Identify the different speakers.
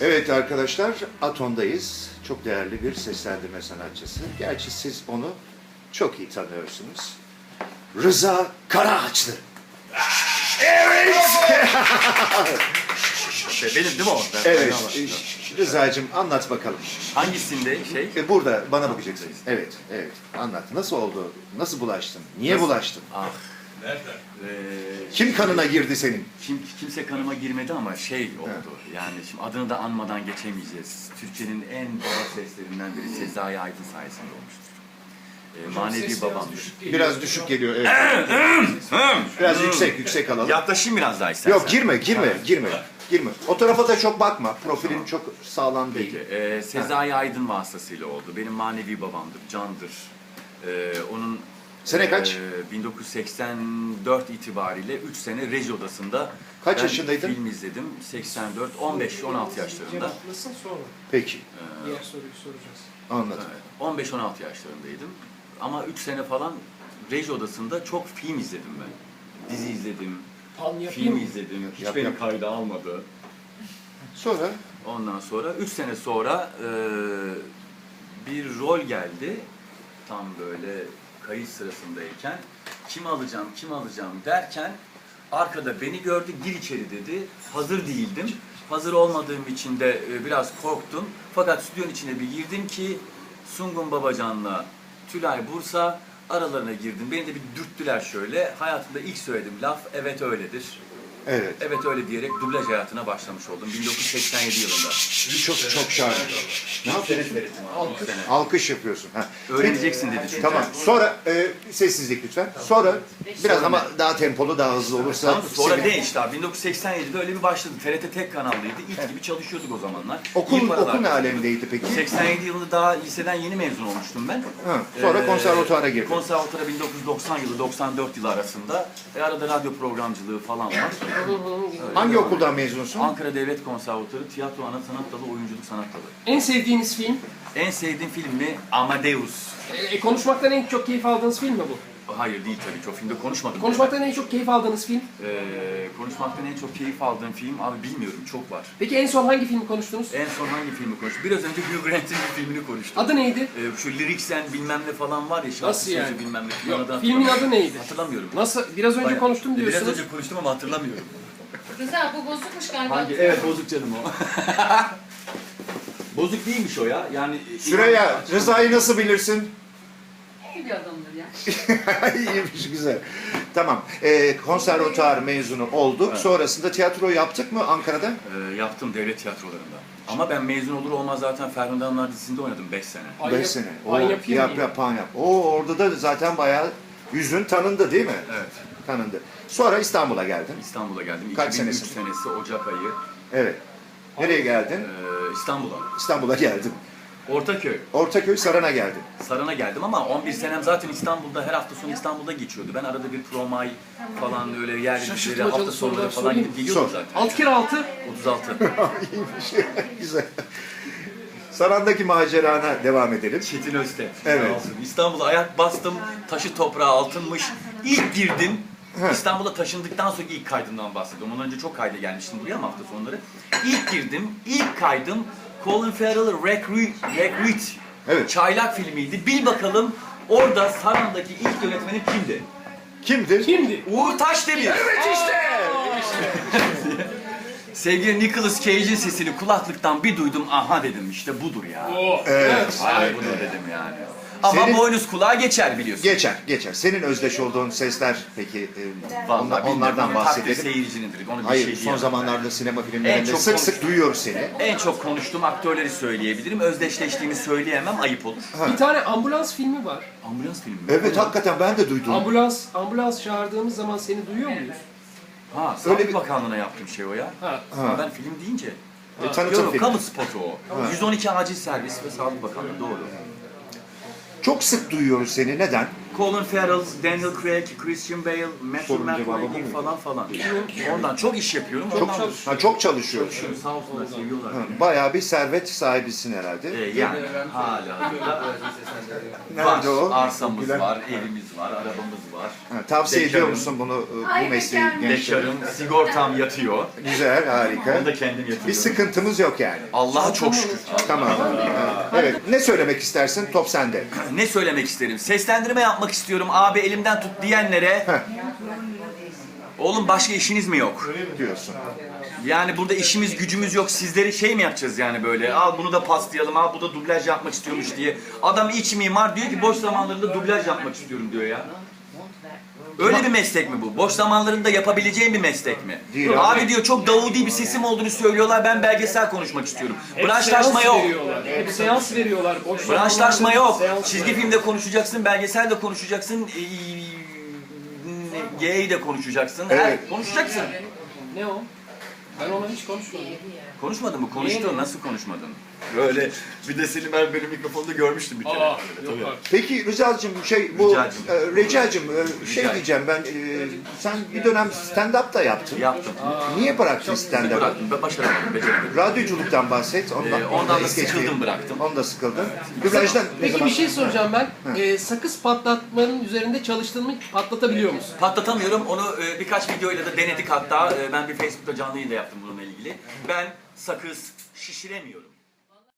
Speaker 1: Evet arkadaşlar, Aton'dayız. Çok değerli bir seslendirme sanatçısı. Gerçi siz onu çok iyi tanıyorsunuz. Rıza Karaağaçlı.
Speaker 2: Şey, benim değil mi o? Ben-
Speaker 1: Evet,
Speaker 2: ben de var.
Speaker 1: e, Rıza'cığım anlat bakalım.
Speaker 2: Hangisinde şey?
Speaker 1: E, Burada bana bakacaksın. Evet, evet. Anlat. Nasıl oldu? Nasıl bulaştın? Niye bulaştın?
Speaker 2: Ah.
Speaker 1: Kim kanına girdi senin?
Speaker 2: Ee, Kim, kimse kanıma girmedi ama şey oldu. Yani şimdi adını da anmadan geçemeyeceğiz. Türkiye'nin en baba seslerinden biri Sezai Aydın sayesinde olmuştur. Ee, manevi babamdır.
Speaker 1: Biraz düşük geliyor. Evet. Biraz yüksek, yüksek alalım.
Speaker 2: Yaklaşayım biraz daha istersen.
Speaker 1: Yok girme, girme, girme. Girme. O tarafa da çok bakma. Profilin çok sağlam değil.
Speaker 2: Peki, e, Sezai Aydın vasıtasıyla oldu. Benim manevi babamdır, candır. E, onun
Speaker 1: Sene kaç?
Speaker 2: e, 1984 itibariyle 3 sene reji odasında
Speaker 1: Kaç
Speaker 2: ben
Speaker 1: yaşındaydın?
Speaker 2: film izledim. 84, 15, 16 yaşlarında. Ee,
Speaker 3: Cevaplasın sonra
Speaker 1: Peki.
Speaker 3: diğer soruyu soracağız.
Speaker 1: Anladım.
Speaker 2: Evet, 15-16 yaşlarındaydım. Ama 3 sene falan reji odasında çok film izledim ben. Dizi izledim,
Speaker 3: Pan yapayım
Speaker 2: film
Speaker 3: mı?
Speaker 2: izledim. Hiç
Speaker 1: Yap,
Speaker 2: beni
Speaker 1: yap.
Speaker 2: kayda almadı.
Speaker 1: Sonra
Speaker 2: Ondan sonra 3 sene sonra e, bir rol geldi. Tam böyle kayıt sırasındayken kim alacağım kim alacağım derken arkada beni gördü gir içeri dedi. Hazır değildim. Hazır olmadığım için de e, biraz korktum. Fakat stüdyonun içine bir girdim ki Sungun Babacan'la Tülay Bursa aralarına girdim. Beni de bir dürttüler şöyle. Hayatımda ilk söylediğim laf evet öyledir.
Speaker 1: evet.
Speaker 2: Evet öyle diyerek dublaj hayatına başlamış oldum 1987 yılında.
Speaker 1: Çok çok şahane. Ne yapıyorsun?
Speaker 2: Altı sene.
Speaker 1: Alkış yapıyorsun. Ha.
Speaker 2: Öğreneceksin dedi çünkü.
Speaker 1: Tamam. Sonra e, sessizlik lütfen. Sonra biraz ama daha tempolu, daha hızlı olursa.
Speaker 2: Tamam, sonra
Speaker 1: seni-
Speaker 2: ne işte abi 1987'de öyle bir başladı. TRT tek kanallıydı. İlk gibi çalışıyorduk o zamanlar. İyi
Speaker 1: Okul
Speaker 2: paralar
Speaker 1: okul ne
Speaker 2: kazanıyorduk.
Speaker 1: alemdeydi peki?
Speaker 2: 87 yılında daha liseden yeni mezun olmuştum ben. Ee,
Speaker 1: Ha, sonra konservatuara girdin.
Speaker 2: Konservatuara 1990 yılı 94 yılı arasında. E arada radyo programcılığı falan var.
Speaker 1: Hangi okuldan mezunsun?
Speaker 2: Ankara Devlet Konservatuarı Tiyatro Ana Sanat Dalı Oyunculuk Sanat Dalı.
Speaker 3: En sevdiğiniz film,
Speaker 2: En sevdiğim film mi? Amadeus.
Speaker 3: e, konuşmaktan en çok keyif aldığınız film mi bu?
Speaker 2: Hayır değil tabii ki o filmde konuşmadım.
Speaker 3: Konuşmaktan en çok keyif aldığınız film.
Speaker 2: Ee, konuşmaktan en çok keyif aldığım film abi bilmiyorum çok var.
Speaker 3: Peki en son hangi filmi konuştunuz?
Speaker 2: En son hangi filmi konuştuk? Biraz önce Hugh Grant'in bir filmini konuştuk.
Speaker 3: Adı neydi?
Speaker 2: Ee, şu Lyricsen bilmem ne falan var ya şarkı
Speaker 3: Nasıl
Speaker 2: sözü
Speaker 3: yani?
Speaker 2: bilmem ne falan
Speaker 3: Yok,
Speaker 2: adam-
Speaker 3: filmin adı neydi?
Speaker 2: Hatırlamıyorum.
Speaker 3: Nasıl? Biraz önce
Speaker 2: Bayağı.
Speaker 3: konuştum
Speaker 2: Ee, Biraz
Speaker 3: diyorsunuz.
Speaker 2: önce konuştum ama hatırlamıyorum.
Speaker 4: Rıza bu bozukmuş galiba.
Speaker 2: Hangi? Evet bozuk canım o. bozuk değilmiş o ya. Yani e,
Speaker 1: Süreyya, Rıza'yı nasıl bilirsin?
Speaker 4: İyi bir adamdır ya.
Speaker 1: İyiymiş, güzel. Tamam. E, konservatuar mezunu olduk. Sonrasında tiyatro yaptık mı Ankara'da?
Speaker 2: Ee, yaptım devlet tiyatrolarında. Ama ben mezun olur olmaz zaten Ferhunde Hanımlar dizisinde oynadım 5 sene.
Speaker 3: Ay,
Speaker 1: Beş
Speaker 3: yap-
Speaker 1: sene.
Speaker 3: Ay,
Speaker 1: Oo,
Speaker 3: yapayım
Speaker 1: yap,
Speaker 3: mı?
Speaker 1: yap, pan yap. Oo, orada da zaten bayağı yüzün tanındı değil mi?
Speaker 2: Evet.
Speaker 1: Tanındı. Sonra İstanbul'a geldin.
Speaker 2: İstanbul'a geldim.
Speaker 1: Kaç
Speaker 2: 2003
Speaker 1: senesi?
Speaker 2: senesi Ocak ayı
Speaker 1: Evet. Nereye geldin?
Speaker 2: ee, İstanbul'a.
Speaker 1: İstanbul'a geldim.
Speaker 2: Ortaköy.
Speaker 1: Ortaköy Saran'a geldim.
Speaker 2: Saran'a geldim ama 11 senem zaten İstanbul'da her hafta sonu İstanbul'da geçiyordu. Ben arada bir promay falan öyle yer
Speaker 3: Şaşırtmacalı
Speaker 2: hafta sonları
Speaker 3: sorular
Speaker 2: falan
Speaker 3: sorayım.
Speaker 2: gidip geliyordum
Speaker 1: Sor.
Speaker 2: zaten.
Speaker 3: Alt kere altı.
Speaker 2: 36.
Speaker 1: İyiymiş. Güzel. Saran'daki macerana devam edelim.
Speaker 2: Çetin Özte.
Speaker 1: Evet.
Speaker 2: Olsun. İstanbul'a ayak bastım. Taşı toprağa altınmış. İlk girdim. İstanbul'a taşındıktan sonra ilk kaydımdan bahsediyorum. Ondan önce çok kayda gelmiştim buraya ama hafta sonları. İlk girdim, ilk kaydım Colin Farrell'ı Recruit
Speaker 1: Evet.
Speaker 2: Çaylak filmiydi. Bil bakalım orada Saran'daki ilk yönetmeni kimdi?
Speaker 1: Kimdir?
Speaker 3: Kimdi?
Speaker 2: Uğur Taşdemir. Evet işte. Sevgili Nicolas Cage'in sesini kulaklıktan bir duydum. Aha dedim işte budur ya.
Speaker 1: Evet.
Speaker 2: Ay budur dedim yani. Ama
Speaker 1: Senin-
Speaker 2: boynuz kulağa geçer biliyorsun.
Speaker 1: Geçer, geçer. Senin özdeş olduğun sesler peki e,
Speaker 2: Vallahi
Speaker 1: onla-
Speaker 2: bilmiyorum.
Speaker 1: onlardan
Speaker 2: Bir takdir
Speaker 1: bahsedelim.
Speaker 2: Seyircinindir. Onu bir şey
Speaker 1: Hayır, son
Speaker 2: diyemem.
Speaker 1: zamanlarda sinema filmlerinde
Speaker 2: En çok
Speaker 1: sık
Speaker 2: konuş-
Speaker 1: sık duyuyoruz seni.
Speaker 2: En çok konuştuğum aktörleri söyleyebilirim. Özdeşleştiğimi söyleyemem ayıp olur.
Speaker 3: Bir tane ambulans filmi var.
Speaker 2: Ambulans filmi mi?
Speaker 1: Evet, hakikaten ben de duydum.
Speaker 3: Ambulans, ambulans çağırdığımız zaman seni duyuyor muyuz?
Speaker 2: Ha, Sağlık
Speaker 1: Öyle bir-
Speaker 2: Bakanlığı'na yaptığım şey o ya.
Speaker 3: Ha.
Speaker 2: Ama ben film deyince...
Speaker 1: E, tanıtım
Speaker 2: Yok,
Speaker 1: filmi.
Speaker 2: kamu spotu o. 112 Acil Servis ve Sağlık Bakanlığı, doğru.
Speaker 1: Çok sık duyuyoruz seni. Neden?
Speaker 2: Colin Farrell, Daniel Craig, Christian Bale, Matthew
Speaker 1: Sorun cevabı bu
Speaker 2: McConaughey
Speaker 1: muydu?
Speaker 2: falan falan. Ondan çok iş yapıyorum.
Speaker 3: Çok
Speaker 2: ondan
Speaker 3: çalış-
Speaker 1: Ha, çok çalışıyor.
Speaker 2: çalışıyorum. Sağ olsunlar seviyorlar.
Speaker 1: Hı,
Speaker 2: beni.
Speaker 1: Bayağı bir servet sahibisin herhalde.
Speaker 2: Ee, yani hala da var.
Speaker 1: Nerede o?
Speaker 2: Arsamız
Speaker 1: Gülen-
Speaker 2: var, evimiz var, arabamız var.
Speaker 1: Ha, tavsiye
Speaker 2: Bekarım.
Speaker 1: ediyor musun bunu e, bu
Speaker 4: Ay,
Speaker 1: mesleği
Speaker 4: bekarım.
Speaker 1: gençlere?
Speaker 2: Bekarım, sigortam yatıyor.
Speaker 1: Güzel,
Speaker 2: Onu
Speaker 1: harika.
Speaker 2: da kendim yatırıyorum.
Speaker 1: Bir sıkıntımız yok yani.
Speaker 2: Allah'a çok şükür.
Speaker 1: Tamam. Ha, Evet. Ne söylemek istersin? Top sende.
Speaker 2: Ne söylemek isterim? Seslendirme yapmak istiyorum abi elimden tut diyenlere.
Speaker 1: Heh.
Speaker 2: Oğlum başka işiniz mi yok?
Speaker 1: Diyorsun.
Speaker 2: Yani burada işimiz gücümüz yok. Sizleri şey mi yapacağız yani böyle? Al bunu da paslayalım. Al bu da dublaj yapmak istiyormuş diye. Adam iç mimar diyor ki boş zamanlarında dublaj yapmak istiyorum diyor ya. Öyle bir meslek mi bu? Boş zamanlarında yapabileceğin bir meslek mi?
Speaker 1: Değil abi.
Speaker 2: abi diyor çok davudi bir sesim olduğunu söylüyorlar. Ben belgesel konuşmak istiyorum.
Speaker 3: Hep
Speaker 2: Branşlaşma
Speaker 3: seans
Speaker 2: yok.
Speaker 3: Veriyorlar. Hep seans veriyorlar. Boş
Speaker 2: Branşlaşma
Speaker 3: zamanlarda
Speaker 2: yok.
Speaker 3: seans
Speaker 2: Çizgi
Speaker 3: veriyorlar.
Speaker 2: filmde konuşacaksın, belgeselde konuşacaksın, e, ee, gay de konuşacaksın. Her-
Speaker 1: Evet.
Speaker 2: konuşacaksın.
Speaker 3: Ne o? Ben ona hiç konuşmadım.
Speaker 2: Konuşmadın mı?
Speaker 3: Niye?
Speaker 2: Konuştun. Nasıl konuşmadın? Böyle bir de seni ben benim mikrofonda görmüştüm bir kere.
Speaker 3: Aa,
Speaker 2: Böyle,
Speaker 3: yok
Speaker 2: tabii.
Speaker 3: artık.
Speaker 1: Peki Rıza'cığım şey bu
Speaker 2: Ricacığım.
Speaker 1: e, Recacığım e, şey
Speaker 2: Rica.
Speaker 1: diyeceğim ben e, sen bir dönem stand up da yaptın.
Speaker 2: Yaptım.
Speaker 1: Niye bıraktın stand up'ı?
Speaker 2: Bıraktım. Ben başaramadım. Beceremedim.
Speaker 1: Radyoculuktan bahset. Ondan,
Speaker 2: Ee, ondan da
Speaker 1: es geçmeyelim.
Speaker 2: sıkıldım bıraktım.
Speaker 1: Ondan da sıkıldın. Dublajdan ne
Speaker 3: Peki
Speaker 1: zaman-
Speaker 3: bir şey soracağım ben. Ee, sakız patlatmanın üzerinde çalıştığını mı patlatabiliyor musun?
Speaker 2: Patlatamıyorum. Onu e, birkaç videoyla da denedik hatta. E, ben bir Facebook'ta canlı yayında yaptım bununla ilgili. Ben sakız şişiremiyorum.